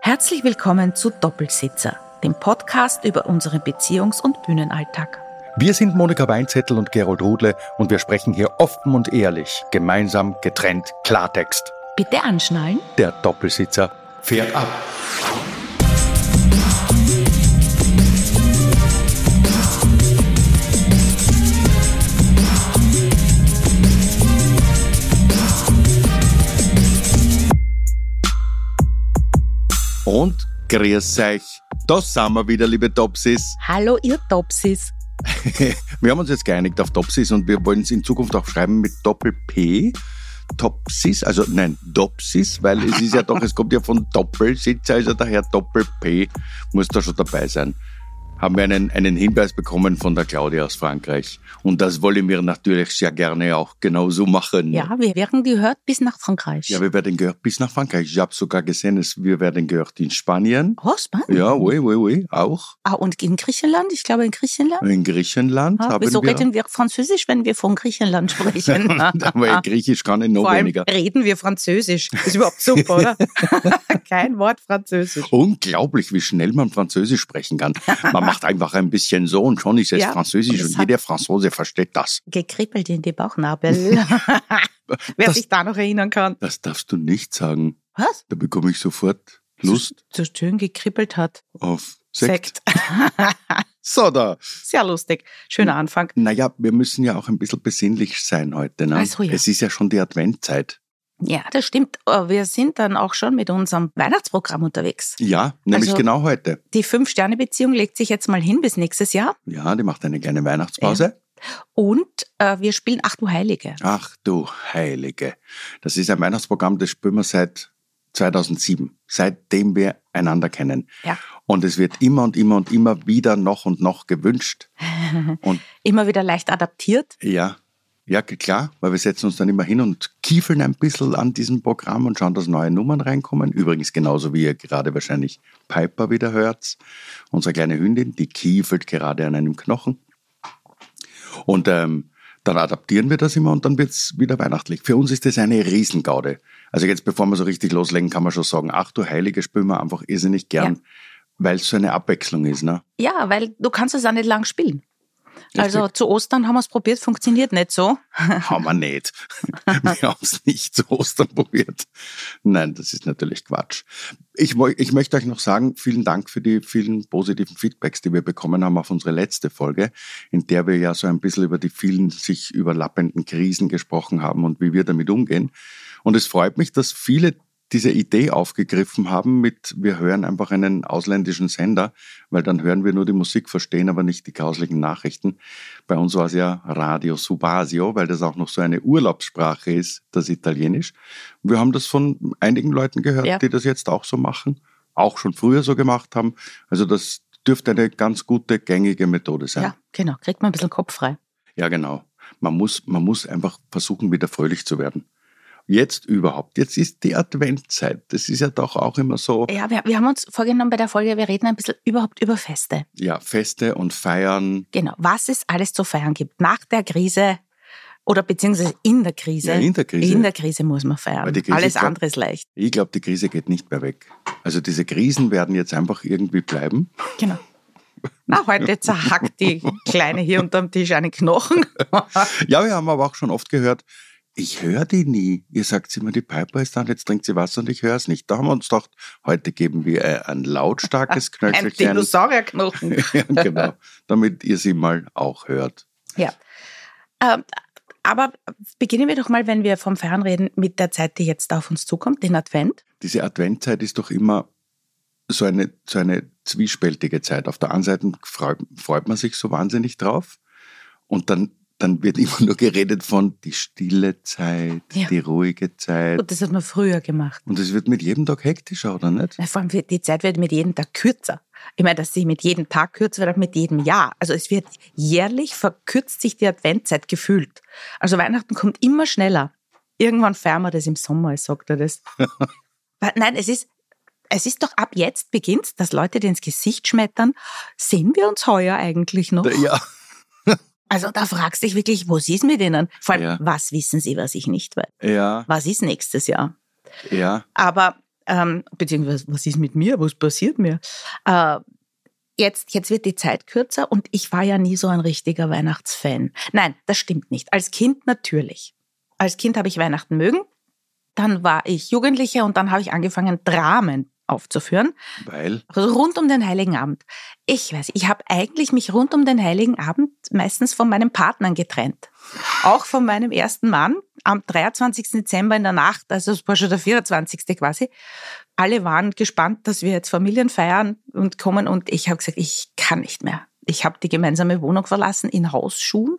Herzlich willkommen zu Doppelsitzer, dem Podcast über unseren Beziehungs- und Bühnenalltag. Wir sind Monika Weinzettel und Gerold Rudle und wir sprechen hier offen und ehrlich, gemeinsam, getrennt, Klartext. Bitte anschnallen. Der Doppelsitzer fährt ab. Und grüß euch. Da sind wir wieder, liebe Topsis. Hallo, ihr Topsis. Wir haben uns jetzt geeinigt auf Topsis und wir wollen es in Zukunft auch schreiben mit Doppel-P. Topsis, also nein, Dopsis, weil es ist ja doch, es kommt ja von Doppelsitzer, also daher Doppel-P muss da schon dabei sein. Haben wir einen, einen Hinweis bekommen von der Claudia aus Frankreich. Und das wollen wir natürlich sehr gerne auch genauso machen. Ja, wir werden gehört bis nach Frankreich. Ja, wir werden gehört bis nach Frankreich. Ich habe sogar gesehen, es, wir werden gehört in Spanien. oh, Spanien. Ja, oui, oui, oui, auch. Ah, und in Griechenland? Ich glaube, in Griechenland. In Griechenland Ah, haben wieso wir. reden wir Französisch, wenn wir von Griechenland sprechen? Ah, Aber in Griechisch kann ich noch Vor allem weniger. reden wir Französisch. Ist überhaupt super, oder? Kein Wort Französisch. Unglaublich, wie schnell man Französisch sprechen kann. Man macht einfach ein bisschen so und schon ist es Ja, Französisch das und hat- jeder Franzose versteht das. Gekribbelt in die Bauchnabel. Wer Das- sich da noch erinnern kann. Das darfst du nicht sagen. Was? Da bekomme ich sofort Lust So schön gekribbelt hat. auf Sekt. Sekt. So da. Sehr lustig. Schöner Anfang. Naja, wir müssen ja auch ein bisschen besinnlich sein heute. Ne? Ach so, Also ja. Es ist ja schon die Adventzeit. Ja, das stimmt. Äh, Wir sind dann auch schon mit unserem Weihnachtsprogramm unterwegs. Ja, nämlich Also- genau heute. Die Fünf-Sterne-Beziehung legt sich jetzt mal hin bis nächstes Jahr. Ja, die macht eine kleine Weihnachtspause. Und äh, wir spielen Ach du Heilige. Ach du Heilige. Das ist ein Weihnachtsprogramm, das spüren wir seit 2007, seitdem wir einander kennen. Ja. Und es wird immer und immer und immer wieder noch und noch gewünscht. Und Immer wieder leicht adaptiert. ja, ja, klar, weil wir setzen uns dann immer hin und kiefeln ein bisschen an diesem Programm und schauen, dass neue Nummern reinkommen. Übrigens genauso wie ihr gerade wahrscheinlich Piper wieder hört. Unsere kleine Hündin, die kiefelt gerade an einem Knochen. Und ähm, dann adaptieren wir das immer und dann wird's wieder weihnachtlich. Für uns ist das eine Riesengaude. Also jetzt, bevor wir so richtig loslegen, kann man schon sagen, ach du Heilige, spüren wir einfach irrsinnig gern, Ja. weil es so eine Abwechslung ist. Ne? Ja, weil du kannst es auch nicht lang spielen. Also Richtig. zu Ostern haben wir es probiert, funktioniert nicht so. haben wir nicht. Wir haben es nicht zu Ostern probiert. Nein, das ist natürlich Quatsch. Ich, woll- ich möchte euch noch sagen, vielen Dank für die vielen positiven Feedbacks, die wir bekommen haben auf unsere letzte Folge, in der wir ja so ein bisschen über die vielen sich überlappenden Krisen gesprochen haben und wie wir damit umgehen. Und es freut mich, dass viele diese Idee aufgegriffen haben mit, wir hören einfach einen ausländischen Sender, weil dann hören wir nur die Musik, verstehen aber nicht die grauslichen Nachrichten. Bei uns war es ja Radio Subasio, weil das auch noch so eine Urlaubssprache ist, das Italienisch. Wir haben das von einigen Leuten gehört, Ja. die das jetzt auch so machen, auch schon früher so gemacht haben. Also das dürfte eine ganz gute, gängige Methode sein. Ja, genau. Kriegt man ein bisschen Kopf frei. Ja, genau. Man muss, man muss einfach versuchen, wieder fröhlich zu werden. Jetzt überhaupt. Jetzt ist die Adventzeit. Das ist ja doch auch immer so, Ja, wir, wir haben uns vorgenommen bei der Folge, wir reden ein bisschen überhaupt über Feste. ja, Feste und Feiern. Genau. Was es alles zu feiern gibt. Nach der Krise oder beziehungsweise in der Krise. Ja, in der Krise. In der Krise muss man Weil feiern. die Krise alles kommt. andere ist leicht. Ich glaube, die Krise geht nicht mehr weg. Also diese Krisen werden jetzt einfach irgendwie bleiben. Genau. Na, heute zerhackt die Kleine hier unterm Tisch einen Knochen. Ja, wir haben aber auch schon oft gehört, ich höre die nie. Ihr sagt immer, die Piper ist da und jetzt trinkt sie Wasser und ich höre es nicht. Da haben wir uns gedacht, heute geben wir äh, ein lautstarkes Ein Knöchelchen. Dinosaurierknochen. ja, genau, damit ihr sie mal auch hört. Ja. Ähm, aber beginnen wir doch mal, wenn wir vom Feiern reden, mit der Zeit, die jetzt auf uns zukommt, den Advent. diese Adventzeit ist doch immer so eine, so eine zwiespältige Zeit. Auf der einen Seite freut, freut man sich so wahnsinnig drauf und dann, dann wird immer nur geredet von die stille Zeit, Ja. die ruhige Zeit. Und das hat man früher gemacht. Und es wird mit jedem Tag hektischer, oder nicht? Na, Vor allem wird- die Zeit wird mit jedem Tag kürzer. Ich meine, dass sie mit jedem Tag kürzer wird, auch mit jedem Jahr. Also es wird jährlich verkürzt sich die Adventzeit gefühlt. Also Weihnachten kommt immer schneller. Irgendwann feiern wir das im Sommer, ich sag dir das. Weil- Nein, es ist, es ist doch ab jetzt beginnt, dass Leute dir ins Gesicht schmettern. Sehen wir uns heuer eigentlich noch? Ja, Also da fragst du dich wirklich, was ist mit ihnen? Vor allem, Ja. was wissen sie, was ich nicht weiß? ja, Was ist nächstes Jahr? ja. Aber ähm, beziehungsweise was ist mit mir, was passiert mir? Äh, jetzt, jetzt wird die Zeit kürzer und ich war ja nie so ein richtiger Weihnachtsfan. Nein, das stimmt nicht. Als Kind natürlich. Als Kind habe ich Weihnachten mögen, dann war ich Jugendliche und dann habe ich angefangen, Dramen aufzuführen. Weil, Also rund um den Heiligen Abend. Ich weiß, ich habe eigentlich mich rund um den Heiligen Abend meistens von meinem Partner getrennt. Auch von meinem ersten Mann am 23. Dezember in der Nacht, also es war schon der 24. quasi. Alle waren gespannt, dass wir jetzt Familien feiern und kommen und ich habe gesagt, ich kann nicht mehr. Ich habe die gemeinsame Wohnung verlassen in Hausschuhen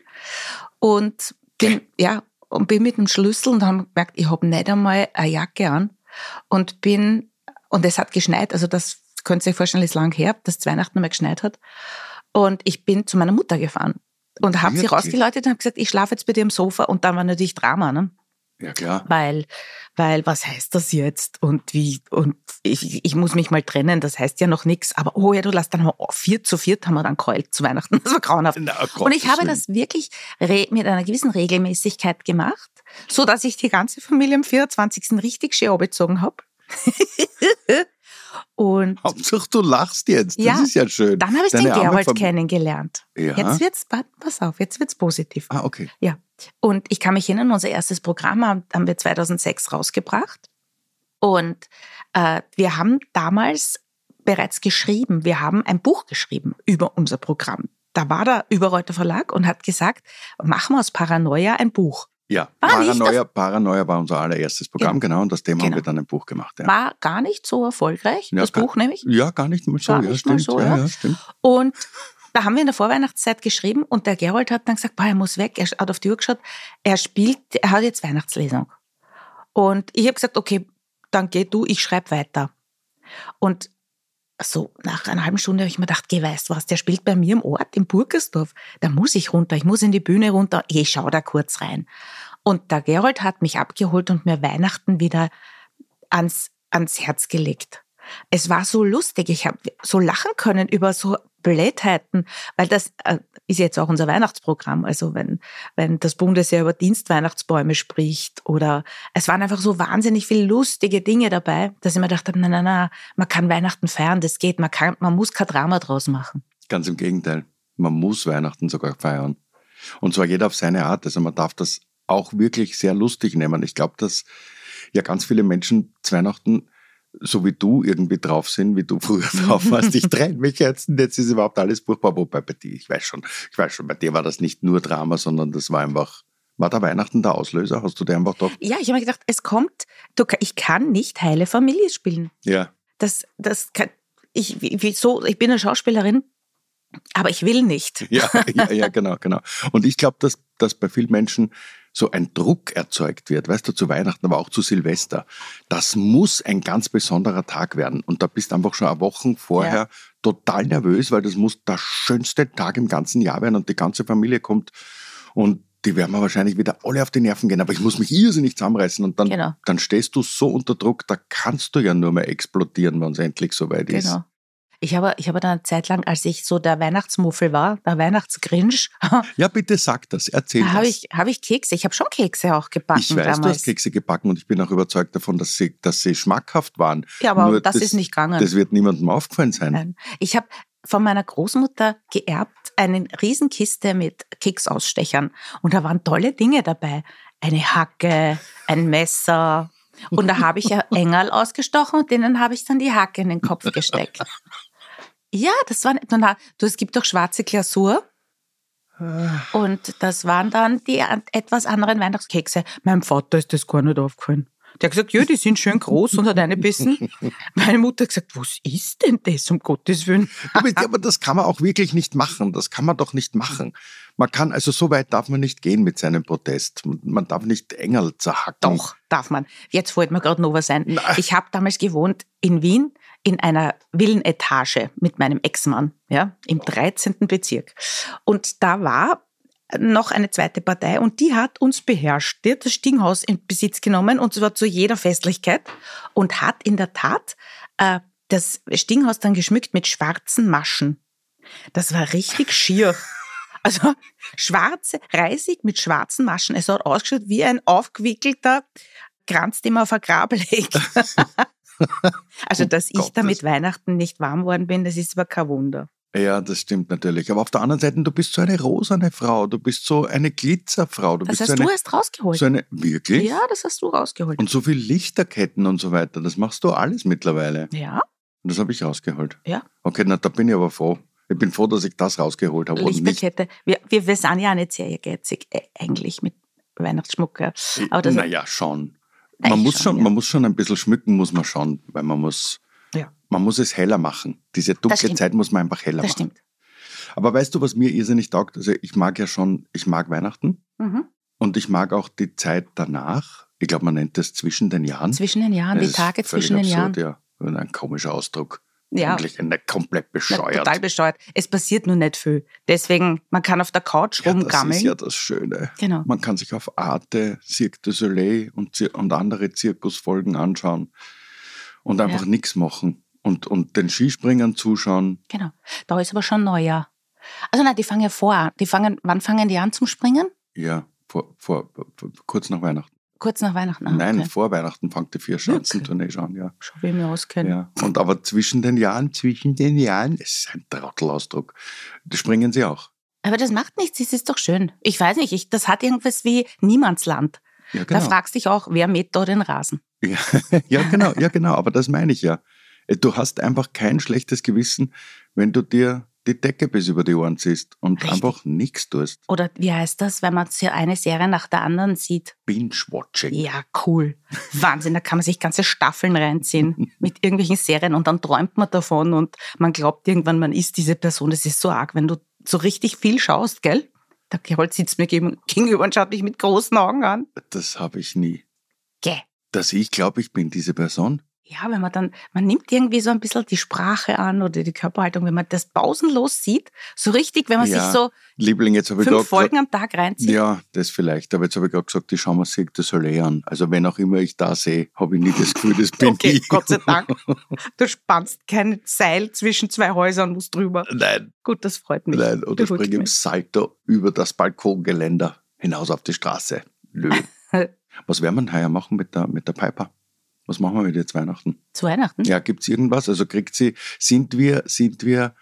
und bin, ja, und bin mit dem Schlüssel und haben gemerkt, ich habe nicht einmal eine Jacke an und bin, und es hat geschneit, also das könnt ihr euch vorstellen, ist lang her, dass es Weihnachten mal geschneit hat. Und ich bin zu meiner Mutter gefahren und habe sie Wirklich? rausgeläutet und habe gesagt, ich schlafe jetzt bei dir im Sofa und dann war natürlich Drama, ne? ja klar, weil, weil was heißt das jetzt und wie und ich, ich muss mich mal trennen, das heißt ja noch nichts, aber oh ja, du lass dann mal oh, vier zu viert haben wir dann geheult zu Weihnachten, das war grauenhaft. Na, oh Gott, und ich habe deswegen. das wirklich re- mit einer gewissen Regelmäßigkeit gemacht, so dass ich die ganze Familie am 24. richtig schön angezogen habe. und Hauptsache du lachst jetzt, Ja. das ist ja schön. dann habe ich Deine den arme Gerald Fam- kennengelernt. Ja. Jetzt wird's, pass auf, jetzt wird's positiv. Ah, okay. Ja, und ich kann mich erinnern, unser erstes Programm haben, haben wir 2006 rausgebracht. Und äh, wir haben damals bereits geschrieben, wir haben ein Buch geschrieben über unser Programm. Da war der Überreuter Verlag und hat gesagt, machen wir aus Paranoia ein Buch. Ja, War nicht Paranoia, Paranoia war unser allererstes Programm, genau, und aus dem haben Genau. wir dann ein Buch gemacht. Ja, War gar nicht so erfolgreich, Ja, das kann- Buch nämlich. ja gar nicht mal so, Gar ja, nicht mal stimmt. so, ja, ja. ja, stimmt. Und da haben wir in der Vorweihnachtszeit geschrieben und der Gerold hat dann gesagt, boah, er muss weg. Er hat auf die Uhr geschaut. Er spielt, er hat jetzt Weihnachtslesung. Und ich habe gesagt, okay, dann geh du, ich schreibe weiter. Und so nach einer halben Stunde habe ich mir gedacht, geh, weißt du was, der spielt bei mir im Ort, im Burgersdorf. Da muss ich runter, ich muss in die Bühne runter. Ich schau da kurz rein. Und der Gerold hat mich abgeholt und mir Weihnachten wieder ans, ans Herz gelegt. Es war so lustig. Ich habe so lachen können über so Blödheiten, weil das äh, ist jetzt auch unser Weihnachtsprogramm. Also wenn, wenn das Bundesheer über Dienstweihnachtsbäume spricht oder es waren einfach so wahnsinnig viele lustige Dinge dabei, dass ich mir gedacht habe, na, na, na, man kann Weihnachten feiern, das geht, man kann, man muss kein Drama draus machen. Ganz im Gegenteil. Man muss Weihnachten sogar feiern. Und zwar jeder auf seine Art. Also man darf das auch wirklich sehr lustig nehmen. Ich glaube, dass ja ganz viele Menschen zu Weihnachten so wie du irgendwie drauf sind, wie du früher drauf warst. Ich trenne mich jetzt und jetzt ist überhaupt alles furchtbar. Wobei bei dir, ich weiß schon, ich weiß schon, bei dir war das nicht nur Drama, sondern das war einfach, war da Weihnachten der Auslöser? Hast du dir einfach doch, Ja, ich habe mir gedacht, es kommt, du, ka- ich kann nicht heile Familie spielen. ja, das, das kann, ich, wie- wieso, ich bin eine Schauspielerin, aber ich will nicht. Ja, ja, ja, genau, genau. Und ich glaube, dass, dass bei vielen Menschen so ein Druck erzeugt wird, weißt du, zu Weihnachten, aber auch zu Silvester. Das muss ein ganz besonderer Tag werden. Und da bist du einfach schon eine Woche vorher Ja. total nervös, weil das muss der schönste Tag im ganzen Jahr werden und die ganze Familie kommt und die werden mir wahrscheinlich wieder alle auf die Nerven gehen, aber ich muss mich irrsinnig zusammenreißen und dann, Genau. dann stehst du so unter Druck, da kannst du ja nur mehr explodieren, wenn es endlich soweit ist. Genau. Ich habe, ich habe dann eine Zeit lang, als ich so der Weihnachtsmuffel war, der Weihnachtsgrinsch, da Ja, bitte sag das, erzähl das. habe ich, habe ich Kekse. Ich habe schon Kekse auch gebacken Ich weiß, du damals. hast Kekse gebacken und ich bin auch überzeugt davon, dass sie, dass sie schmackhaft waren. ja, aber Nur das, ist nicht gegangen. Das wird niemandem aufgefallen sein. Nein. Ich habe von meiner Großmutter geerbt eine Riesenkiste mit Keksausstechern. Und da waren tolle Dinge dabei. Eine Hacke, ein Messer. Und da habe ich ja Engel ausgestochen und denen habe ich dann die Hacke in den Kopf gesteckt. Ja, das waren, na, du, es gibt doch schwarze Glasur. Und das waren dann die an- etwas anderen Weihnachtskekse. Meinem Vater ist das gar nicht aufgefallen. Der hat gesagt, ja, die sind schön groß und hat eine bissen. Meine Mutter hat gesagt, was ist denn das, um Gottes Willen? Aber, aber das kann man auch wirklich nicht machen. Das kann man doch nicht machen. Man kann, also so weit darf man nicht gehen mit seinem Protest. Man darf nicht Engel zerhacken. Doch, darf man. Jetzt fällt mir gerade noch was ein. Ich habe damals gewohnt in Wien in einer Villenetage mit meinem Ex-Mann, ja, im 13. Bezirk. Und da war noch eine zweite Partei und die hat uns beherrscht. Die hat das Stinghaus in Besitz genommen und zwar zu jeder Festlichkeit und hat in der Tat äh, das Stinghaus dann geschmückt mit schwarzen Maschen. Das war richtig schier. Also schwarze, reisig mit schwarzen Maschen. Es hat ausgeschaut wie ein aufgewickelter Kranz, den man auf ein Grab legt. Also, dass ich Um Gottes. damit Weihnachten nicht warm worden bin, das ist aber kein Wunder. Ja, das stimmt natürlich. Aber auf der anderen Seite, du bist so eine rosane Frau, du bist so eine Glitzerfrau, du Das bist hast so du eine, erst rausgeholt. so eine wirklich. ja, das hast du rausgeholt. Und so viel Lichterketten und so weiter, das machst du alles mittlerweile. ja, Und das habe ich rausgeholt. Ja. Okay, na, da bin ich aber froh. Ich bin froh, dass ich das rausgeholt habe. Und nicht, Lichterkette. Wir, wir, wir sind ja auch nicht sehr ehrgeizig, äh, eigentlich mit Weihnachtsschmuck. Ja. Aber das- naja, schon. Man Eigentlich muss schon, schon, ja. man muss schon ein bisschen schmücken, muss man schon, weil man muss, Ja. man muss es heller machen. Diese dunkle stimmt. Zeit muss man einfach heller Das machen. stimmt. Aber weißt du, was mir irrsinnig taugt? Also ich mag ja schon, ich mag Weihnachten Mhm. und ich mag auch die Zeit danach. Ich glaube, man nennt das zwischen den Jahren. Zwischen den Jahren, Das die ist Tage völlig zwischen den Jahren. absurd, Jahren. Ja, ein komischer Ausdruck. Ja, Eigentlich eine komplett na, bescheuert. total bescheuert. Es passiert nur nicht viel. Deswegen, man kann auf der Couch ja, das rumgammeln. ist ja das Schöne. genau. Man kann sich auf Arte, Cirque du Soleil und, Zir- und andere Zirkusfolgen anschauen und einfach Ja. nichts machen und, und den Skispringern zuschauen. Genau. Da ist aber schon Neujahr. Also nein, die fangen ja vor an. Die fangen, wann fangen die an zum Springen? Ja, vor, vor, vor kurz nach Weihnachten. Kurz nach Weihnachten. an, Nein, Ah, Okay. vor Weihnachten fängt die Vierschanzentournee schon an, ja. Schon wie wir auskennen. ja. Und aber zwischen den Jahren, zwischen den Jahren, es ist ein Trottelausdruck, da springen sie auch. Aber das macht nichts, es ist doch schön. Ich weiß nicht, ich, das hat irgendwas wie Niemandsland. Ja, Da genau. fragst dich auch, wer mäht da den Rasen? Ja, ja, genau, ja, genau, aber das meine ich ja. Äh, Du hast einfach kein schlechtes Gewissen, wenn du dir die Decke bis über die Ohren ziehst und Richtig. einfach nichts tust. Oder wie heißt das, wenn man se- eine Serie nach der anderen sieht? Binge-Watching. Ja, cool. Wahnsinn, da kann man sich ganze Staffeln reinziehen mit irgendwelchen Serien und dann träumt man davon und man glaubt irgendwann, man ist diese Person. Das ist so arg, wenn du so richtig viel schaust, gell? Der Gerold sitzt mir gegen- gegenüber und schaut mich mit großen Augen an. Das habe ich nie. Gell? Dass ich glaube, ich bin diese Person. Ja, wenn man dann, man nimmt irgendwie so ein bisschen die Sprache an oder die Körperhaltung, wenn man das pausenlos sieht, so richtig, wenn man Ja, sich so Liebling, jetzt habe ich fünf gerade Folgen am Tag reinzieht. Ja, das vielleicht. Aber jetzt habe ich gerade gesagt, ich schaue mir Cirque du Soleil an. Also wenn auch immer ich da sehe, habe ich nie das Gefühl, das bin Okay, ich. Gott sei Dank. Du spannst kein Seil zwischen zwei Häusern und musst drüber. Nein, Gut, das freut mich. nein. Oder Beruhigt springe im mich. Salto über das Balkongeländer hinaus auf die Straße. Lö. Was werden wir denn heuer machen mit der, mit der Piper? Was machen wir mit jetzt Weihnachten? Zu Weihnachten? Ja, gibt's irgendwas? Also kriegt sie, sind wir, sind wir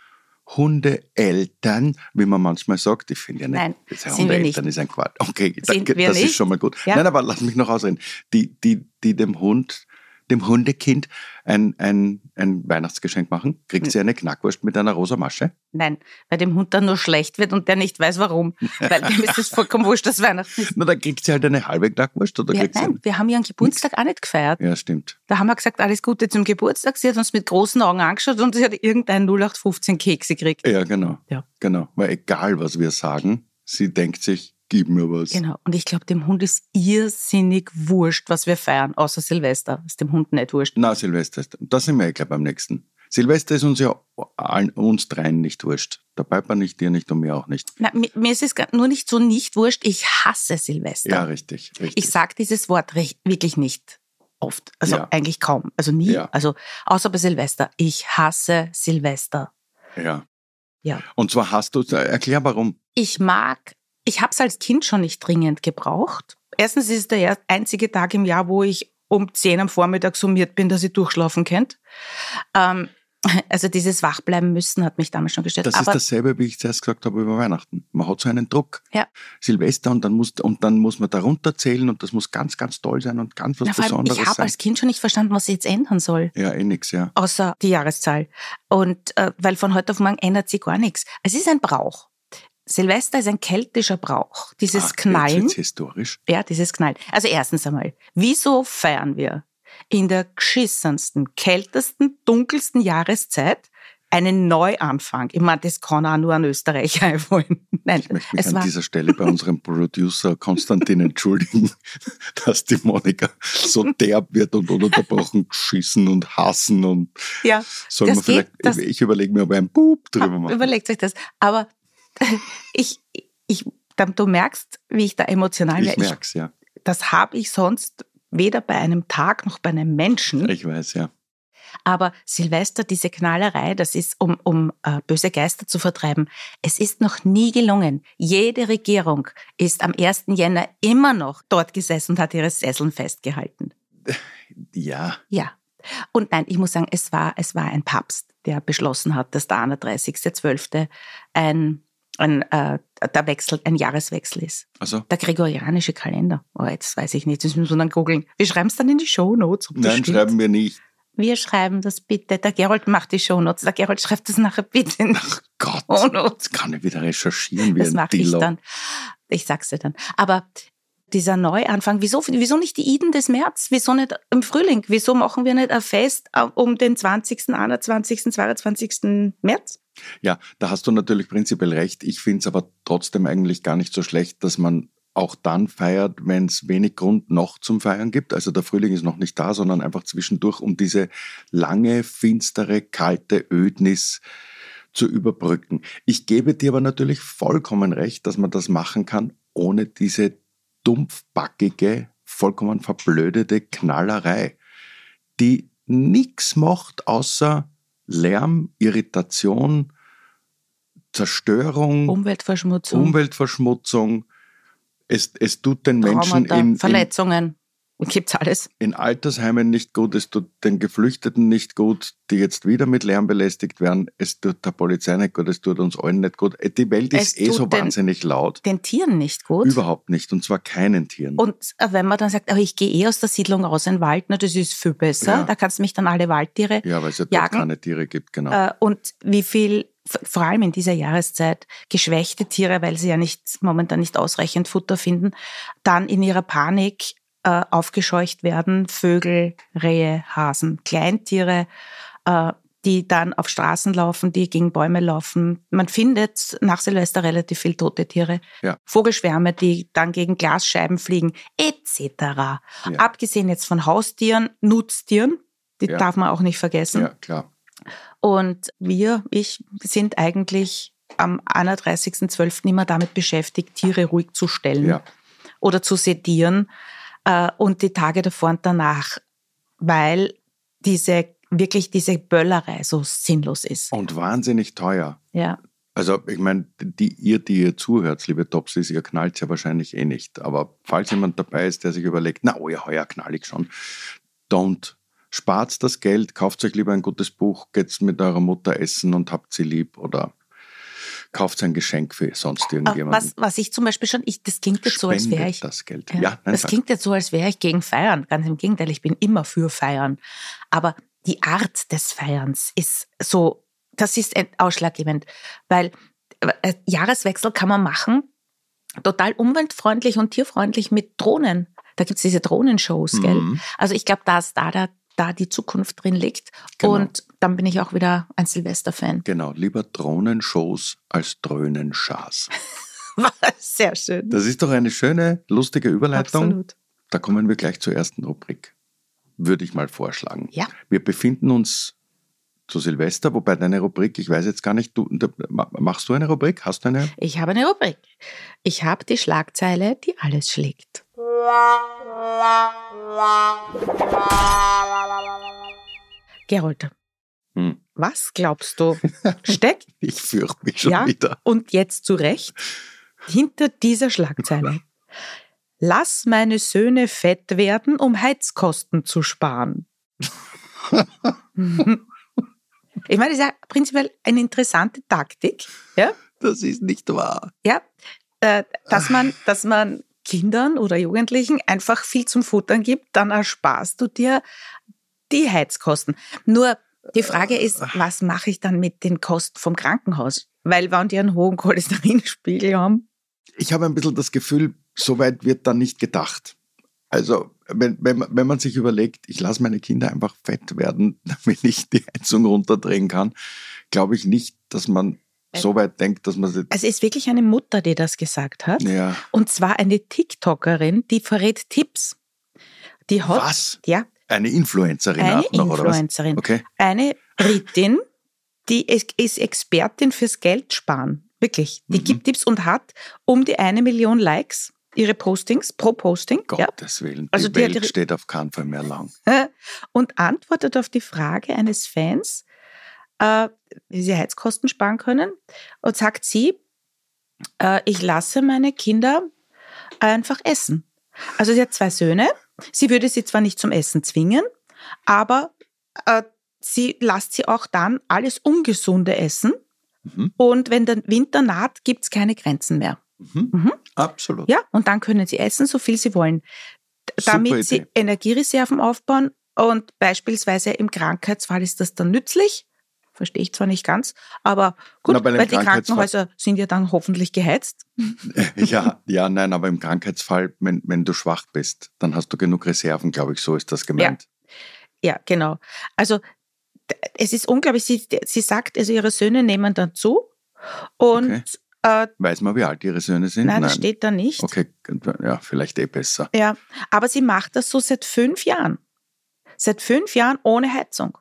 Hundeeltern, wie man manchmal sagt? Ich finde ja nicht. Nein, das sind wir nicht. Hundeeltern ist ein Quatsch. Okay, Sind danke, wir das nicht. ist schon mal gut. Ja. Nein, aber lass mich noch ausreden. Die, die, die dem Hund, dem Hundekind ein, ein, ein Weihnachtsgeschenk machen, kriegt Hm. sie eine Knackwurst mit einer rosa Masche? Nein, weil dem Hund dann nur schlecht wird und der nicht weiß warum. Weil dem ist es vollkommen wurscht, dass Weihnachten ist. Na, dann kriegt sie halt eine halbe Knackwurst oder Ja, kriegt sie nein, wir haben ihren Geburtstag auch nicht gefeiert. eine? Ja, stimmt. Da haben wir gesagt, alles Gute zum Geburtstag. Sie hat uns mit großen Augen angeschaut und sie hat irgendeinen 0815 Keks gekriegt. Ja, genau. Ja. Genau. Weil egal, was wir sagen, sie denkt sich, gib mir was. Genau. Und ich glaube, dem Hund ist irrsinnig wurscht, was wir feiern, außer Silvester. Ist dem Hund nicht wurscht. Na, Silvester ist, da sind wir eh gleich beim nächsten. Silvester ist uns ja allen, uns dreien nicht wurscht. Der Piper nicht, dir nicht und mir auch nicht. Nein, mi- mir ist es gar- nur nicht so nicht wurscht. Ich hasse Silvester. Ja, richtig, richtig. Ich sage dieses Wort recht, wirklich nicht oft. Also Ja. eigentlich kaum. Also nie. Ja. Also außer bei Silvester. Ich hasse Silvester. ja. Ja. Und zwar hast du, erklär warum. Ich mag, ich habe es als Kind schon nicht dringend gebraucht. Erstens ist es der er- einzige Tag im Jahr, wo ich um 10 am Vormittag summiert bin, dass ich durchschlafen könnt. Ähm, also dieses Wachbleiben müssen hat mich damals schon gestört. Das Aber ist dasselbe, wie ich zuerst gesagt habe über Weihnachten. Man hat so einen Druck. Ja. Silvester und dann muss, und dann muss man darunter zählen und das muss ganz, ganz toll sein und ganz was na, vor allem, Besonderes ich habe sein. als Kind schon nicht verstanden, was ich jetzt ändern soll. ja, eh nix, ja. außer die Jahreszahl. Und äh, weil von heute auf morgen ändert sich gar nichts. Es ist ein Brauch. Silvester ist ein keltischer Brauch. Dieses Ach, Ah, Jetzt Knallen. wird's historisch. Ja, dieses Knallen. Also erstens einmal, wieso feiern wir in der geschissensten, kältesten, dunkelsten Jahreszeit einen Neuanfang? Ich meine, das kann auch nur an Österreich einfallen. Nein, Ich möchte mich es an war dieser Stelle bei unserem Producer Konstantin entschuldigen, dass die Monika so derb wird und ununterbrochen geschissen und hassen und ja, soll Das man vielleicht, geht, das- Ah, ich überlege mir, ob ich einen Bub drüber mache. überlegt euch das. Aber ich, ich, du merkst, wie ich da emotional ich werde. Ich merke es, ja. das habe ich sonst weder bei einem Tag noch bei einem Menschen. Ich weiß, ja. Aber Silvester, diese Knallerei, das ist, um, um äh, böse Geister zu vertreiben. Es ist noch nie gelungen. Jede Regierung ist am 1. Jänner immer noch dort gesessen und hat ihre Sesseln festgehalten. Ja, Ja. Und nein, ich muss sagen, es war, es war ein Papst, der beschlossen hat, dass der 31.12. ein, ein äh, der Wechsel, ein Jahreswechsel ist. Also, Der gregorianische Kalender. Oh, jetzt weiß ich nicht, das müssen wir dann googeln. Wir schreiben es dann in die Shownotes. ob das nein, stimmt. schreiben wir nicht. Wir schreiben das bitte. Der Gerold macht die Shownotes. Der Gerold schreibt das nachher bitte in die Ach Gott, Shownotes. jetzt kann ich wieder recherchieren wie Oh Das ein mache ich Dillo. dann. Ich sag's dir dann. Aber dieser Neuanfang, wieso, wieso nicht die Iden des März? Wieso nicht im Frühling? Wieso machen wir nicht ein Fest äh, um den 20., 21., 22. März? Ja, da hast du natürlich prinzipiell recht. Ich finde es aber trotzdem eigentlich gar nicht so schlecht, dass man auch dann feiert, wenn es wenig Grund noch zum Feiern gibt. Also der Frühling ist noch nicht da, sondern einfach zwischendurch, um diese lange, finstere, kalte Ödnis zu überbrücken. Ich gebe dir aber natürlich vollkommen recht, dass man das machen kann, ohne diese dumpfbackige, vollkommen verblödete Knallerei, die nichts macht außer Lärm, Irritation, Oh Zerstörung, Umweltverschmutzung, Umweltverschmutzung. Es, es tut den Menschen Traumata, in, in, Verletzungen. Und gibt's alles. in Altersheimen nicht gut, es tut den Geflüchteten nicht gut, die jetzt wieder mit Lärm belästigt werden, es tut der Polizei nicht gut, es tut uns allen nicht gut. Die Welt Es ist eh tut so den- wahnsinnig laut. Den Tieren nicht gut. Überhaupt nicht, und zwar keinen Tieren. Und äh, wenn man dann sagt, aber ich gehe eh aus der Siedlung raus in den Wald, na, das ist viel besser. Ja. Da kannst du mich dann alle Waldtiere ja, weil es ja dort Jagen. keine Tiere gibt, genau. Äh, und wie viel, v- vor allem in dieser Jahreszeit, geschwächte Tiere, weil sie ja nicht, momentan nicht ausreichend Futter finden, dann in ihrer Panik äh, aufgescheucht werden. Vögel, Rehe, Hasen, Kleintiere, äh, die dann auf Straßen laufen, die gegen Bäume laufen. Man findet nach Silvester relativ viel tote Tiere. Ja. Vogelschwärme, die dann gegen Glasscheiben fliegen, etc. Abgesehen jetzt von Haustieren, Nutztieren, die Ja. darf man auch nicht vergessen. ja, klar. Und wir, ich, sind eigentlich am 31.12. immer damit beschäftigt, Tiere ruhig zu stellen Ja. oder zu sedieren äh, und die Tage davor und danach, weil diese wirklich diese Böllerei so sinnlos ist. Und wahnsinnig teuer. Ja. Also, ich meine, die, ihr, die ihr zuhört, liebe Topsis, ihr knallt ja wahrscheinlich eh nicht. Aber falls jemand dabei ist, der sich überlegt, na, oh ja, heuer knall ich schon, don't. Spart das Geld, kauft euch lieber ein gutes Buch, geht's mit eurer Mutter essen und habt sie lieb oder kauft ein Geschenk für sonst Äh, irgendjemanden. Was, was ich zum Beispiel schon, ich, das klingt jetzt so, als wäre ich. das Geld. Ja, Ja, nein, das sag. klingt jetzt so, als wäre ich gegen Feiern. Ganz im Gegenteil, ich bin immer für Feiern. Aber die Art des Feierns ist so, das ist ein- ausschlaggebend, weil äh, Jahreswechsel kann man machen, total umweltfreundlich und tierfreundlich mit Drohnen. Da gibt es diese Drohnenshows, gell? Mhm. Also ich glaube, dass da, da, da die Zukunft drin liegt. Genau. Und dann bin ich auch wieder ein Silvester-Fan. Genau, lieber Drohnenshows als Dröhnenschars. Sehr schön. Das ist doch eine schöne, lustige Überleitung. Absolut. Da kommen wir gleich zur ersten Rubrik. Würde ich mal vorschlagen. Ja. Wir befinden uns zu Silvester, wobei deine Rubrik, ich weiß jetzt gar nicht, du, da- ma- machst du eine Rubrik? Hast du eine? Ich habe eine Rubrik. Ich habe die Schlagzeile, die alles schlägt. Gerold, Hm. was glaubst du, steckt Ich fürchte mich schon Ja. wieder. und jetzt zu Recht hinter dieser Schlagzeile? Lass meine Söhne fett werden, um Heizkosten zu sparen. ich meine, das ist ja prinzipiell eine interessante Taktik. Ja? Das ist nicht wahr. Ja, äh, dass man, dass man Kindern oder Jugendlichen einfach viel zum Futtern gibt, dann ersparst du dir die Heizkosten. Nur die Frage ist, was mache ich dann mit den Kosten vom Krankenhaus? Weil wenn die einen hohen Cholesterinspiegel haben, Ich habe ein bisschen das Gefühl, so weit wird da nicht gedacht. Also, wenn, wenn, man- wenn man sich überlegt, ich lasse meine Kinder einfach fett werden, damit ich die Heizung runterdrehen kann, glaube ich nicht, dass man so weit denkt, dass man... es ist wirklich eine Mutter, die das gesagt hat. Ja. Und zwar eine TikTokerin, die verrät Tipps. Die hat, Was? ja, Eine Influencerin eine auch noch, oder was? Influencerin. Okay. eine Britin, die ist, ist Expertin fürs Geld sparen. Wirklich. Die Mhm. gibt Tipps und hat um die eine Million Likes ihre Postings pro Posting. Ja. Gottes Willen. Also die die hat Welt ihre- steht auf keinen Fall mehr lang. Und antwortet auf die Frage eines Fans, äh, wie sie Heizkosten sparen können. Und sagt sie, äh, ich lasse meine Kinder einfach essen. Also sie hat zwei Söhne. Sie würde sie zwar nicht zum Essen zwingen, aber äh, sie lasst sie auch dann alles Ungesunde essen. Mhm. Und wenn der Winter naht, gibt es keine Grenzen mehr. Mhm. Mhm. Absolut. Ja, und dann können sie essen, so viel sie wollen. Super damit Idee. sie Energiereserven aufbauen und beispielsweise im Krankheitsfall ist das dann nützlich. Verstehe ich zwar nicht ganz, aber gut, Na, bei einem weil die Krankheitsfall- Krankenhäuser sind ja dann hoffentlich geheizt. Ja, ja, nein, aber im Krankheitsfall, wenn, wenn du schwach bist, dann hast du genug Reserven, glaube ich, so ist das gemeint. Ja, genau. Also d- es ist unglaublich, sie, sie sagt, also ihre Söhne nehmen dann zu und Okay. äh, Weiß man, wie alt ihre Söhne sind? nein, das steht da nicht. Okay, ja, vielleicht eh besser. Ja, aber sie macht das so seit fünf Jahren. Seit fünf Jahren ohne Heizung.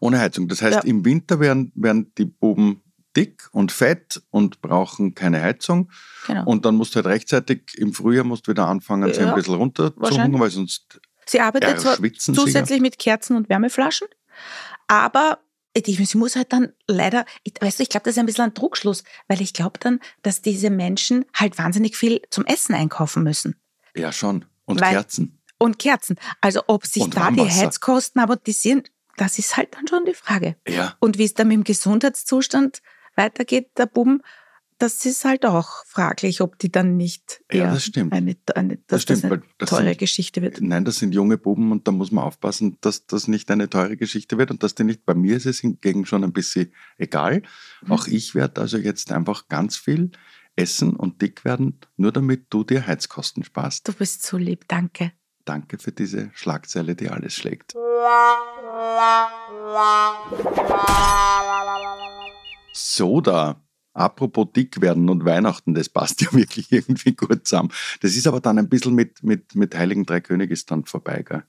Ohne Heizung. Das heißt, Ja. im Winter werden, werden die Buben dick und fett und brauchen keine Heizung. Genau. Und dann musst du halt rechtzeitig im Frühjahr musst du wieder anfangen, sie ein Ja, bisschen runterzuhungern, wahrscheinlich. weil sonst sie arbeitet zwar erschwitzen sie. ja. zusätzlich mit Kerzen und Wärmeflaschen. Aber ich, sie muss halt dann leider, ich, weißt du, ich glaube, das ist ein bisschen ein Druckschluss, weil ich glaube dann, dass diese Menschen halt wahnsinnig viel zum Essen einkaufen müssen. Ja, schon. Und Weil- Kerzen. Und Kerzen. Also ob sich Und da die Warmwasser. Heizkosten amortisieren, das ist halt dann schon die Frage. Ja. Und wie es dann mit dem Gesundheitszustand weitergeht, der Buben, das ist halt auch fraglich, ob die dann nicht Ja, eher das stimmt. eine, eine, dass Das das stimmt, eine weil das teure sind- Geschichte wird. Nein, das sind junge Buben und da muss man aufpassen, dass das nicht eine teure Geschichte wird und dass die nicht bei mir ist es hingegen schon ein bisschen egal. Auch ich werde also jetzt einfach ganz viel essen und dick werden, nur damit du dir Heizkosten sparst. Du bist so lieb, danke. Danke für diese Schlagzeile, die alles schlägt. Soda. Apropos dick werden und Weihnachten, das passt ja wirklich irgendwie gut zusammen. Das ist aber dann ein bisschen mit, mit, mit Heiligen Drei König ist dann vorbei, gell?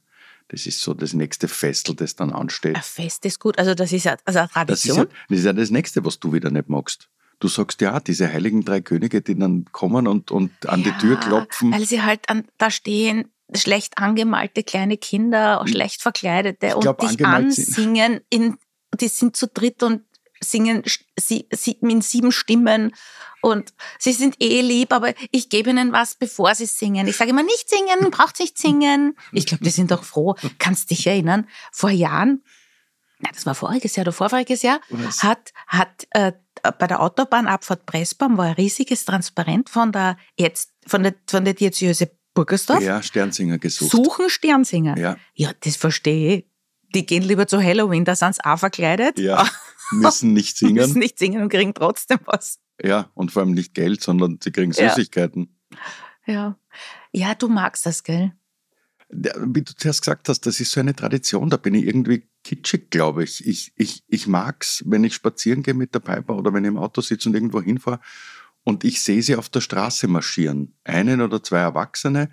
Das ist so das nächste Festel, das dann ansteht. Ein Fest ist gut, also das ist ja also eine Das ist, Tradition. ja, das ist ja das Nächste, was du wieder nicht magst. Du sagst ja, diese heiligen drei Könige, die dann kommen und, und an die Tür Ja, klopfen. Weil sie halt an, da stehen, schlecht angemalte kleine Kinder, schlecht verkleidete und Hm. glaub, dich angemalt sind- ansingen. In, die sind zu dritt und singen sch- sie, sie, in sieben Stimmen. Und sie sind eh lieb, aber ich gebe ihnen was, bevor sie singen. Ich sage immer, nicht singen, braucht nicht singen. Ich glaube, die sind doch froh. Kannst dich erinnern, vor Jahren, nein, das war voriges Jahr oder vorvoriges Jahr, Was? hat, hat äh, bei der Autobahnabfahrt Pressbaum war ein riesiges Transparent von der, jetzt, von der, von der Diözese Burgersdorf. Ja, Sternsinger gesucht. Suchen Sternsinger. Ja, Ja, das verstehe ich. Die gehen lieber zu Halloween, da sind sie auch verkleidet. ja, müssen nicht singen. Müssen nicht singen und kriegen trotzdem was. Ja, und vor allem nicht Geld, sondern sie kriegen Ja. Süßigkeiten. Ja. ja, du magst das, gell? Der- Wie du zuerst gesagt hast, das ist so eine Tradition, da bin ich irgendwie kitschig, glaube ich. Ich, ich, ich mag's, wenn ich spazieren gehe mit der Piper oder wenn ich im Auto sitze und irgendwo hinfahre und ich sehe sie auf der Straße marschieren. Einen oder zwei Erwachsene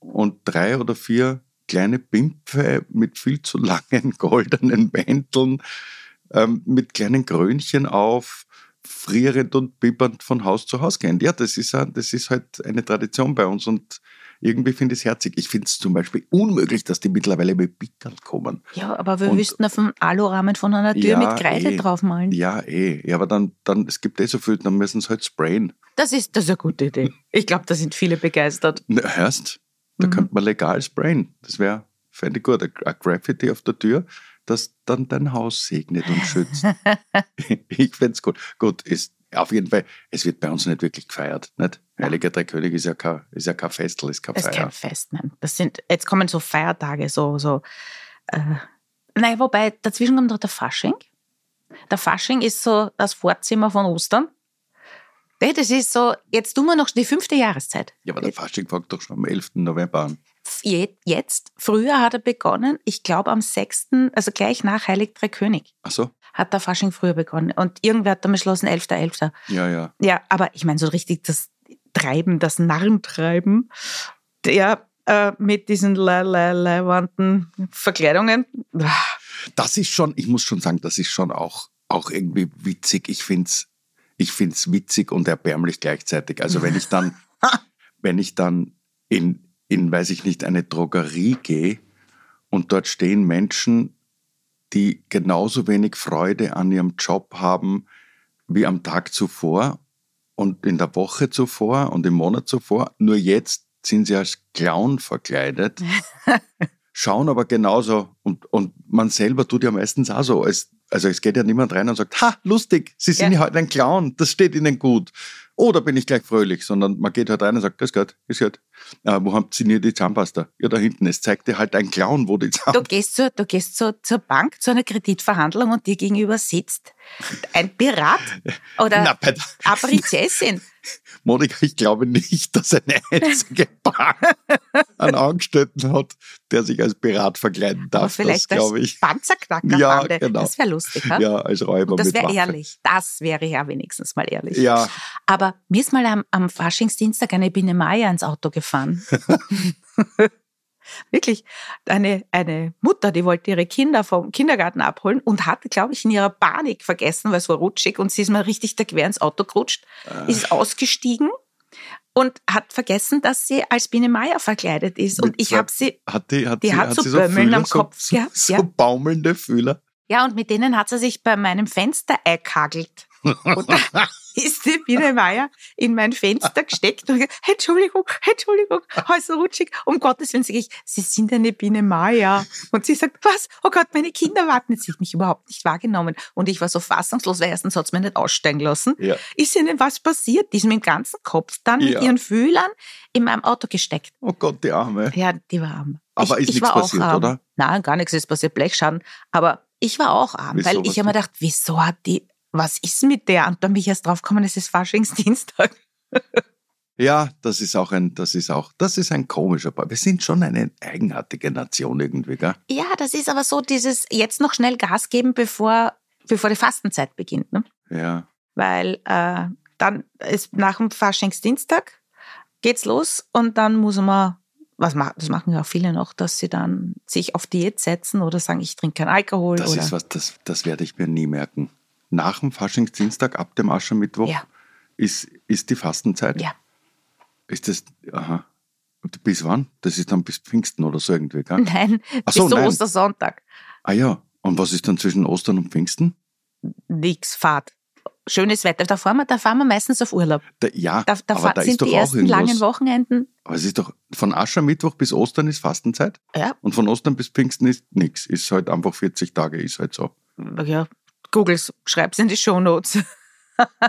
und drei oder vier kleine Pimpfe mit viel zu langen goldenen Mänteln, ähm, mit kleinen Krönchen auf, frierend und bibbernd von Haus zu Haus gehen. Ja, das ist, ein- das ist halt eine Tradition bei uns und irgendwie finde ich es herzig. Ich finde es zum Beispiel unmöglich, dass die mittlerweile mit Pickern kommen. Ja, aber wir Und- wüssten auf dem Alurahmen von einer Tür Ja, mit Kreide eh. draufmalen. Ja, eh. Ja, aber dann, dann es gibt eh so viel, dann müssen sie halt sprayen. Das ist, das ist eine gute Idee. Ich glaube, da sind viele begeistert. Na, hörst, da Mhm. könnte man legal sprayen. Das wäre, fände ich gut, ein ein Graffiti auf der Tür, das dann dein Haus segnet und schützt. ich fände es gut. Gut, ist, auf jeden Fall, es wird bei uns nicht wirklich gefeiert. Nicht? Heiliger Drei König ist ja kein, ist ja kein Festl, ist kein Das ist Feier. kein Fest, nein. Das sind, jetzt kommen so Feiertage, so, so. Äh, nein, wobei, dazwischen kommt noch der Fasching. Der Fasching ist so das Vorzimmer von Ostern. Nee, Das ist so, jetzt tun wir noch die fünfte Jahreszeit. ja, aber der Fasching fängt doch schon am 11. November an. Je- Jetzt, früher hat er begonnen, ich glaube am 6., also gleich nach Heilig Drei König, Ach so? hat der Fasching früher begonnen. Und irgendwer hat dann beschlossen, 11.11. Ja, ja. Ja, aber ich meine, so richtig das Treiben, das Narrentreiben, der äh, mit diesen le- le- leiwanden Verkleidungen. Das ist schon, ich muss schon sagen, das ist schon auch, auch irgendwie witzig. Ich find's, ich find's witzig und erbärmlich gleichzeitig. Also wenn ich dann, wenn ich dann in, in, weiß ich nicht, eine Drogerie gehe und dort stehen Menschen, die genauso wenig Freude an ihrem Job haben wie am Tag zuvor und in der Woche zuvor und im Monat zuvor. Nur jetzt sind sie als Clown verkleidet, schauen aber genauso und, und man selber tut ja meistens auch so. Es, also es geht ja niemand rein und sagt, ha, lustig, Sie sind ja. Ja. heute ein Clown, das steht Ihnen gut. Oder bin ich gleich fröhlich, sondern man geht halt rein und sagt, das gehört, das gehört. Äh, wo haben Sie denn hier die Zahnpasta? Ja, da hinten. Es zeigt dir halt ein Clown, wo die Du Zahnpasta gehst, zur, du gehst zur, zur Bank, zu einer Kreditverhandlung und dir gegenüber sitzt ein Pirat Na, oder bei- eine Prinzessin. Monika, ich glaube nicht, dass eine einzige Bank einen Angestellten hat, der sich als Pirat verkleiden Aber darf. vielleicht das als glaube ich. Panzerknackerbande. Ja, genau. Das wäre lustig. Ne? Ja, als Räuber Und das mit wäre Waffe. ehrlich. Das wäre ja wenigstens mal ehrlich. Ja, Aber mir ist mal am, am Faschingsdienstag eine Biene Meier ins Auto gefahren. Wirklich, eine, eine Mutter, die wollte ihre Kinder vom Kindergarten abholen und hatte, glaube ich, in ihrer Panik vergessen, weil es war rutschig und sie ist mal richtig da quer ins Auto gerutscht, Ah. ist ausgestiegen und hat vergessen, dass sie als Biene Meier verkleidet ist. Und Mit ich zwei- habe sie, hat die, hat Die sie, hat so sie Bömmeln am so, Kopf so, gehabt, so ja. baumelnde Fühler. ja, und mit denen hat sie sich bei meinem Fenster eingehagelt. Und da ist die Biene Meier in mein Fenster gesteckt und gesagt, Entschuldigung, Entschuldigung, alles rutschig. Um Gottes Willen sage ich, Sie sind eine Biene Meier. Und sie sagt, was? Oh Gott, meine Kinder warten jetzt. Sie hat mich überhaupt nicht wahrgenommen. Und ich war so fassungslos, weil erstens hat sie mich nicht aussteigen lassen. Ja. Ist ihnen was passiert? Die ist mit dem ganzen Kopf dann Ja. mit ihren Fühlern in meinem Auto gesteckt. Oh Gott, die Arme. Ja, die war arm. Aber ist ich nichts war auch passiert, arm. oder? Nein, gar nichts ist passiert, Blechschaden. Aber ich war auch arm, Wieso, weil was ich immer gedacht, wieso hat die, was ist mit der? Und dann bin ich erst draufgekommen, es ist Faschingsdienstag. Ja, das ist auch ein, das ist auch, das ist ein komischer Ball. Wir sind schon eine eigenartige Nation irgendwie, gell? Ja, das ist aber so dieses jetzt noch schnell Gas geben, bevor, bevor die Fastenzeit beginnt. Ne? Ja. Weil äh, dann ist nach dem Faschingsdienstag geht's los und dann muss man, was ma das machen ja auch viele noch, dass sie dann sich auf Diät setzen oder sagen, ich trinke keinen Alkohol. Das oder ist was, das, das werde ich mir nie merken. Nach dem Faschingsdienstag, ab dem Aschermittwoch, Ja. ist, ist die Fastenzeit. Ja. Ist das, aha. Und Bis wann? Das ist dann bis Pfingsten oder so irgendwie, gell? Nein, Ach Hm, bis so, so, nein. Ostersonntag. Ah ja. Und was ist dann zwischen Ostern und Pfingsten? Nix, Fahrt. Schönes Wetter. Da fahren wir, da fahren wir meistens auf Urlaub. Da, ja, Da, da, aber fahr- da ist sind doch die auch ersten irgendwas. langen Wochenenden. Aber es ist doch von Aschermittwoch bis Ostern ist Fastenzeit Ja, und von Ostern bis Pfingsten ist nichts. Ist halt einfach 40 Tage, ist halt so. ja. Googles, schreib's in die Shownotes.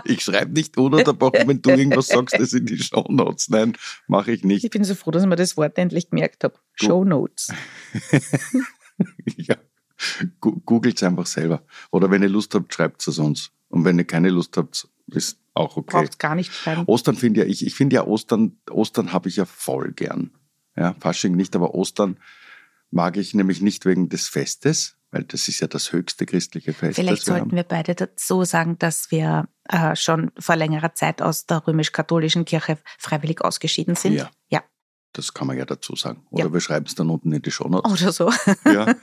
Ich schreibe nicht ununterbrochen, wenn du irgendwas sagst, das in die Shownotes. Nein, mache ich nicht. Ich bin so froh, dass ich mir das Wort endlich gemerkt habe. Shownotes. Ja. Gu- Googelt einfach selber. Oder wenn ihr Lust habt, schreibt es uns. Und wenn ihr keine Lust habt, ist auch okay. Braucht's gar nicht schreiben. Ostern finde ja, ich, ich finde ja Ostern, Ostern habe ich ja voll gern. Ja, Fasching nicht, aber Ostern mag ich nämlich nicht wegen des Festes, weil das ist ja das höchste christliche Fest. Vielleicht das wir sollten haben. wir beide dazu sagen, dass wir äh, schon vor längerer Zeit aus der römisch-katholischen Kirche freiwillig ausgeschieden sind. Ja. Das kann man ja dazu sagen. Oder Ja. wir schreiben es dann unten in die Shownotes. Oder so. Ja,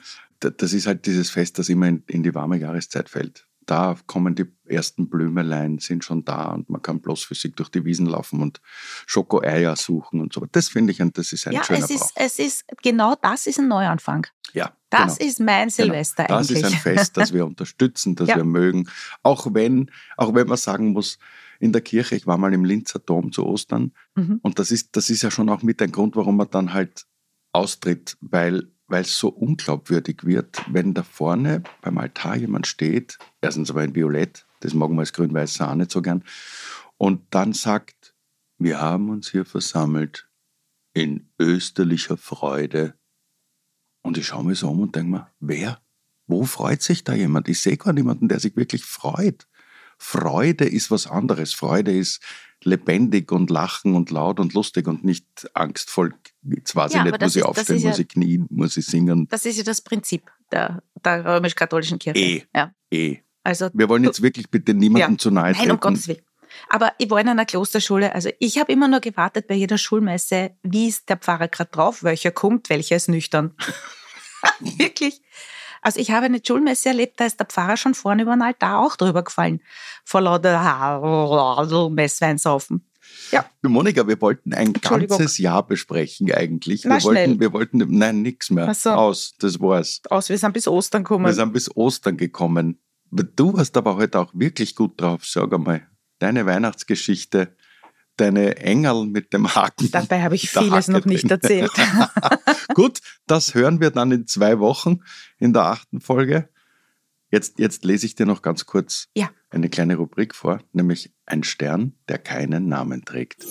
d- das ist halt dieses Fest, das immer in, in die warme Jahreszeit fällt. Da kommen die ersten Blümelein, sind schon da und man kann bloß für sich durch die Wiesen laufen und Schokoeier suchen und so. Das finde ich, und das ist ein ja, schöner es ist, Brauch. es ist, genau das ist ein Neuanfang. Ja, Das genau. ist mein Silvester das eigentlich. ist ein Fest, das wir unterstützen, das Ja. wir mögen. Auch wenn, auch wenn man sagen muss, in der Kirche, ich war mal im Linzer Dom zu Ostern, Mhm. Und das ist, das ist ja schon auch mit ein Grund, warum man dann halt austritt, weil weil es so unglaubwürdig wird, wenn da vorne beim Altar jemand steht, erstens aber in Violett, das mögen wir als grün-weiß auch nicht so gern, und dann sagt, wir haben uns hier versammelt in österlicher Freude. Und ich schaue mich so um und denke mir, wer? Wo freut sich da jemand? Ich sehe gar niemanden, der sich wirklich freut. Freude ist was anderes. Freude ist lebendig und lachen und laut und lustig und nicht angstvoll. Jetzt weiß Ja, ich aber nicht, das muss ist- ich das aufstehen, ist ja- muss ich knien, muss ich singen. Das ist ja das Prinzip der, der römisch-katholischen Kirche. Eh. Ja. Eh. Also, Wir wollen jetzt wirklich bitte niemandem Ja. zu nahe treten. nein, um Gottes Willen. Aber ich war in einer Klosterschule, also ich habe immer nur gewartet bei jeder Schulmesse, wie ist der Pfarrer gerade drauf, welcher kommt, welcher ist nüchtern. Wirklich. Also ich habe eine Schulmesse erlebt, da ist der Pfarrer schon vorne über den Altar auch drüber gefallen. Vor lauter Messweinsaufen. Monika, wir wollten ein Entschuldigung. ganzes Jahr besprechen eigentlich. Na, wir wollten, schnell. wir wollten, nein, nichts mehr. Ach so. Aus, das war's. Aus, wir sind bis Ostern gekommen. Wir sind bis Ostern gekommen. Du warst aber heute auch wirklich gut drauf, sag einmal. Deine Weihnachtsgeschichte, deine Engel mit dem Haken. Dabei habe ich vieles noch nicht drin. erzählt. Gut, das hören wir dann in zwei Wochen in der achten Folge. Jetzt, jetzt lese ich dir noch ganz kurz Ja. eine kleine Rubrik vor, nämlich ein Stern, der keinen Namen trägt.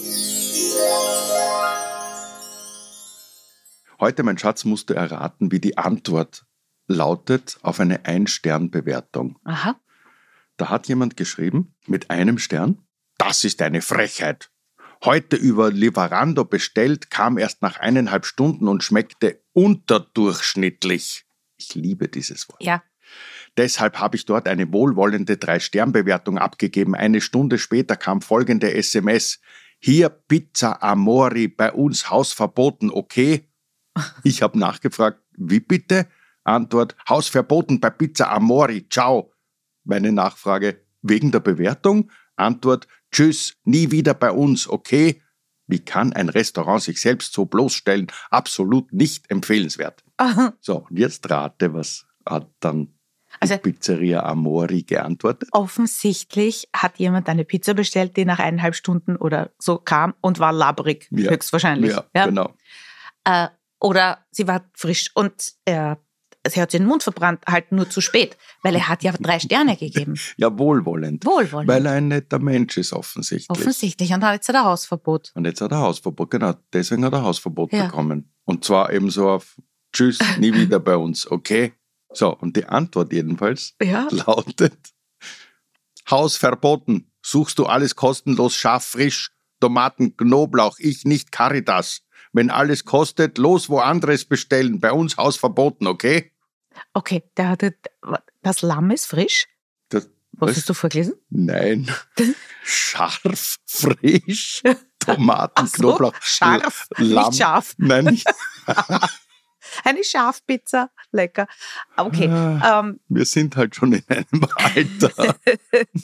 Heute, mein Schatz, musst du erraten, wie die Antwort lautet auf eine Ein-Stern-Bewertung. Aha. Da hat jemand geschrieben, mit einem Stern, das ist eine Frechheit. Heute über Lieferando bestellt, kam erst nach eineinhalb Stunden und schmeckte unterdurchschnittlich. Ich liebe dieses Wort. Ja. Deshalb habe ich dort eine wohlwollende Drei-Stern-Bewertung abgegeben. Eine Stunde später kam folgende SMS. Hier Pizza Amori, bei uns Haus verboten, okay? Ich habe nachgefragt, wie bitte? Antwort, Haus verboten bei Pizza Amori, ciao. Meine Nachfrage, wegen der Bewertung? Antwort, tschüss, nie wieder bei uns, okay? Wie kann ein Restaurant sich selbst so bloßstellen? Absolut nicht empfehlenswert. So, und jetzt rate, was hat dann Also- die Pizzeria Amori geantwortet? Offensichtlich hat jemand eine Pizza bestellt, die nach eineinhalb Stunden oder so kam und war labrig, Ja. höchstwahrscheinlich. Ja, Ja. genau. Äh, oder sie war frisch und äh, sie hat sich den Mund verbrannt, halt nur zu spät, weil er hat ja drei Sterne gegeben. Ja, wohlwollend. Wohlwollend. Weil er ein netter Mensch ist, offensichtlich. Offensichtlich. Und hat jetzt ein Hausverbot. Und jetzt hat er Hausverbot, genau. Deswegen hat er Hausverbot Ja. bekommen. Und zwar eben so auf Tschüss, nie wieder bei uns, okay? So, und die Antwort jedenfalls Ja. lautet: Haus verboten. Suchst du alles kostenlos, scharf, frisch, Tomaten, Knoblauch, ich nicht Caritas. Wenn alles kostet, los wo anderes bestellen. Bei uns Haus verboten, okay? Okay, der hatte. Das Lamm ist frisch. Das, Was Was? hast du vorgelesen? Nein. Scharf, frisch, Tomaten, Ach so, Knoblauch. Scharf, Lamm. nicht scharf. Nein, nicht. Eine Schafpizza, lecker. Okay, Ah. ähm, wir sind halt schon in einem Alter,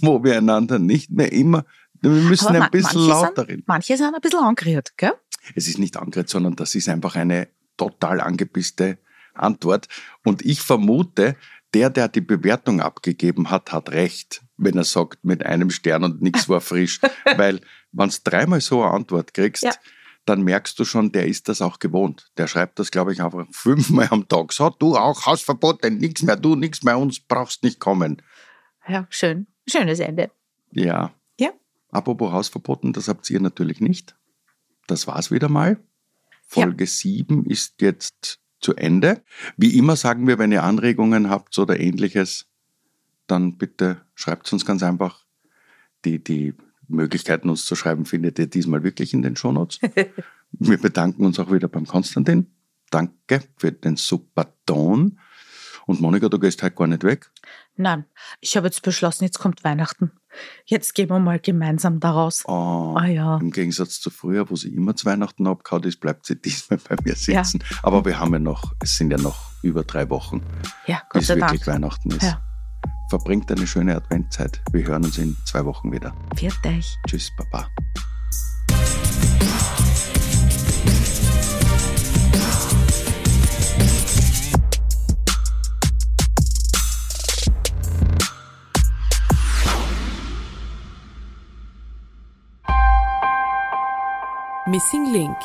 wo wir einander nicht mehr immer. Wir müssen Aber ma- ein bisschen manche sind- lauter reden. manche sind ein bisschen angeriert, gell? Es ist nicht angriff, sondern das ist einfach eine total angepisste Antwort. Und ich vermute, der, der die Bewertung abgegeben hat, hat recht, wenn er sagt, mit einem Stern und nichts war frisch. Weil, wenn du dreimal so eine Antwort kriegst, Ja. dann merkst du schon, der ist das auch gewohnt. Der schreibt das, glaube ich, einfach fünfmal am Tag. So, du auch, Hausverbot, denn nichts mehr, du, nichts mehr, uns brauchst nicht kommen. Ja, schön. Schönes Ende. Ja. Ja. Apropos Hausverboten, das habt ihr natürlich nicht. Das war's wieder mal. Folge sieben 7 ist jetzt zu Ende. Wie immer sagen wir, wenn ihr Anregungen habt oder ähnliches, dann bitte schreibt uns ganz einfach. Die, die Möglichkeiten, uns zu schreiben, findet ihr diesmal wirklich in den Shownotes. wir bedanken uns auch wieder beim Konstantin. Danke für den super Ton. Und Monika, du gehst halt gar nicht weg. Nein, ich habe jetzt beschlossen, jetzt kommt Weihnachten. Jetzt gehen wir mal gemeinsam daraus. Oh. Ah ja. Im Gegensatz zu früher, wo sie immer zu Weihnachten abgehauen ist, bleibt sie diesmal bei mir sitzen. Aber wir haben ja noch, es sind ja noch über drei Wochen, Ja, Gott bis sei wirklich Dank. Weihnachten ist. Ja. Verbringt eine schöne Adventzeit. Wir hören uns in zwei Wochen wieder. Wird euch. Tschüss, Baba. Missing Link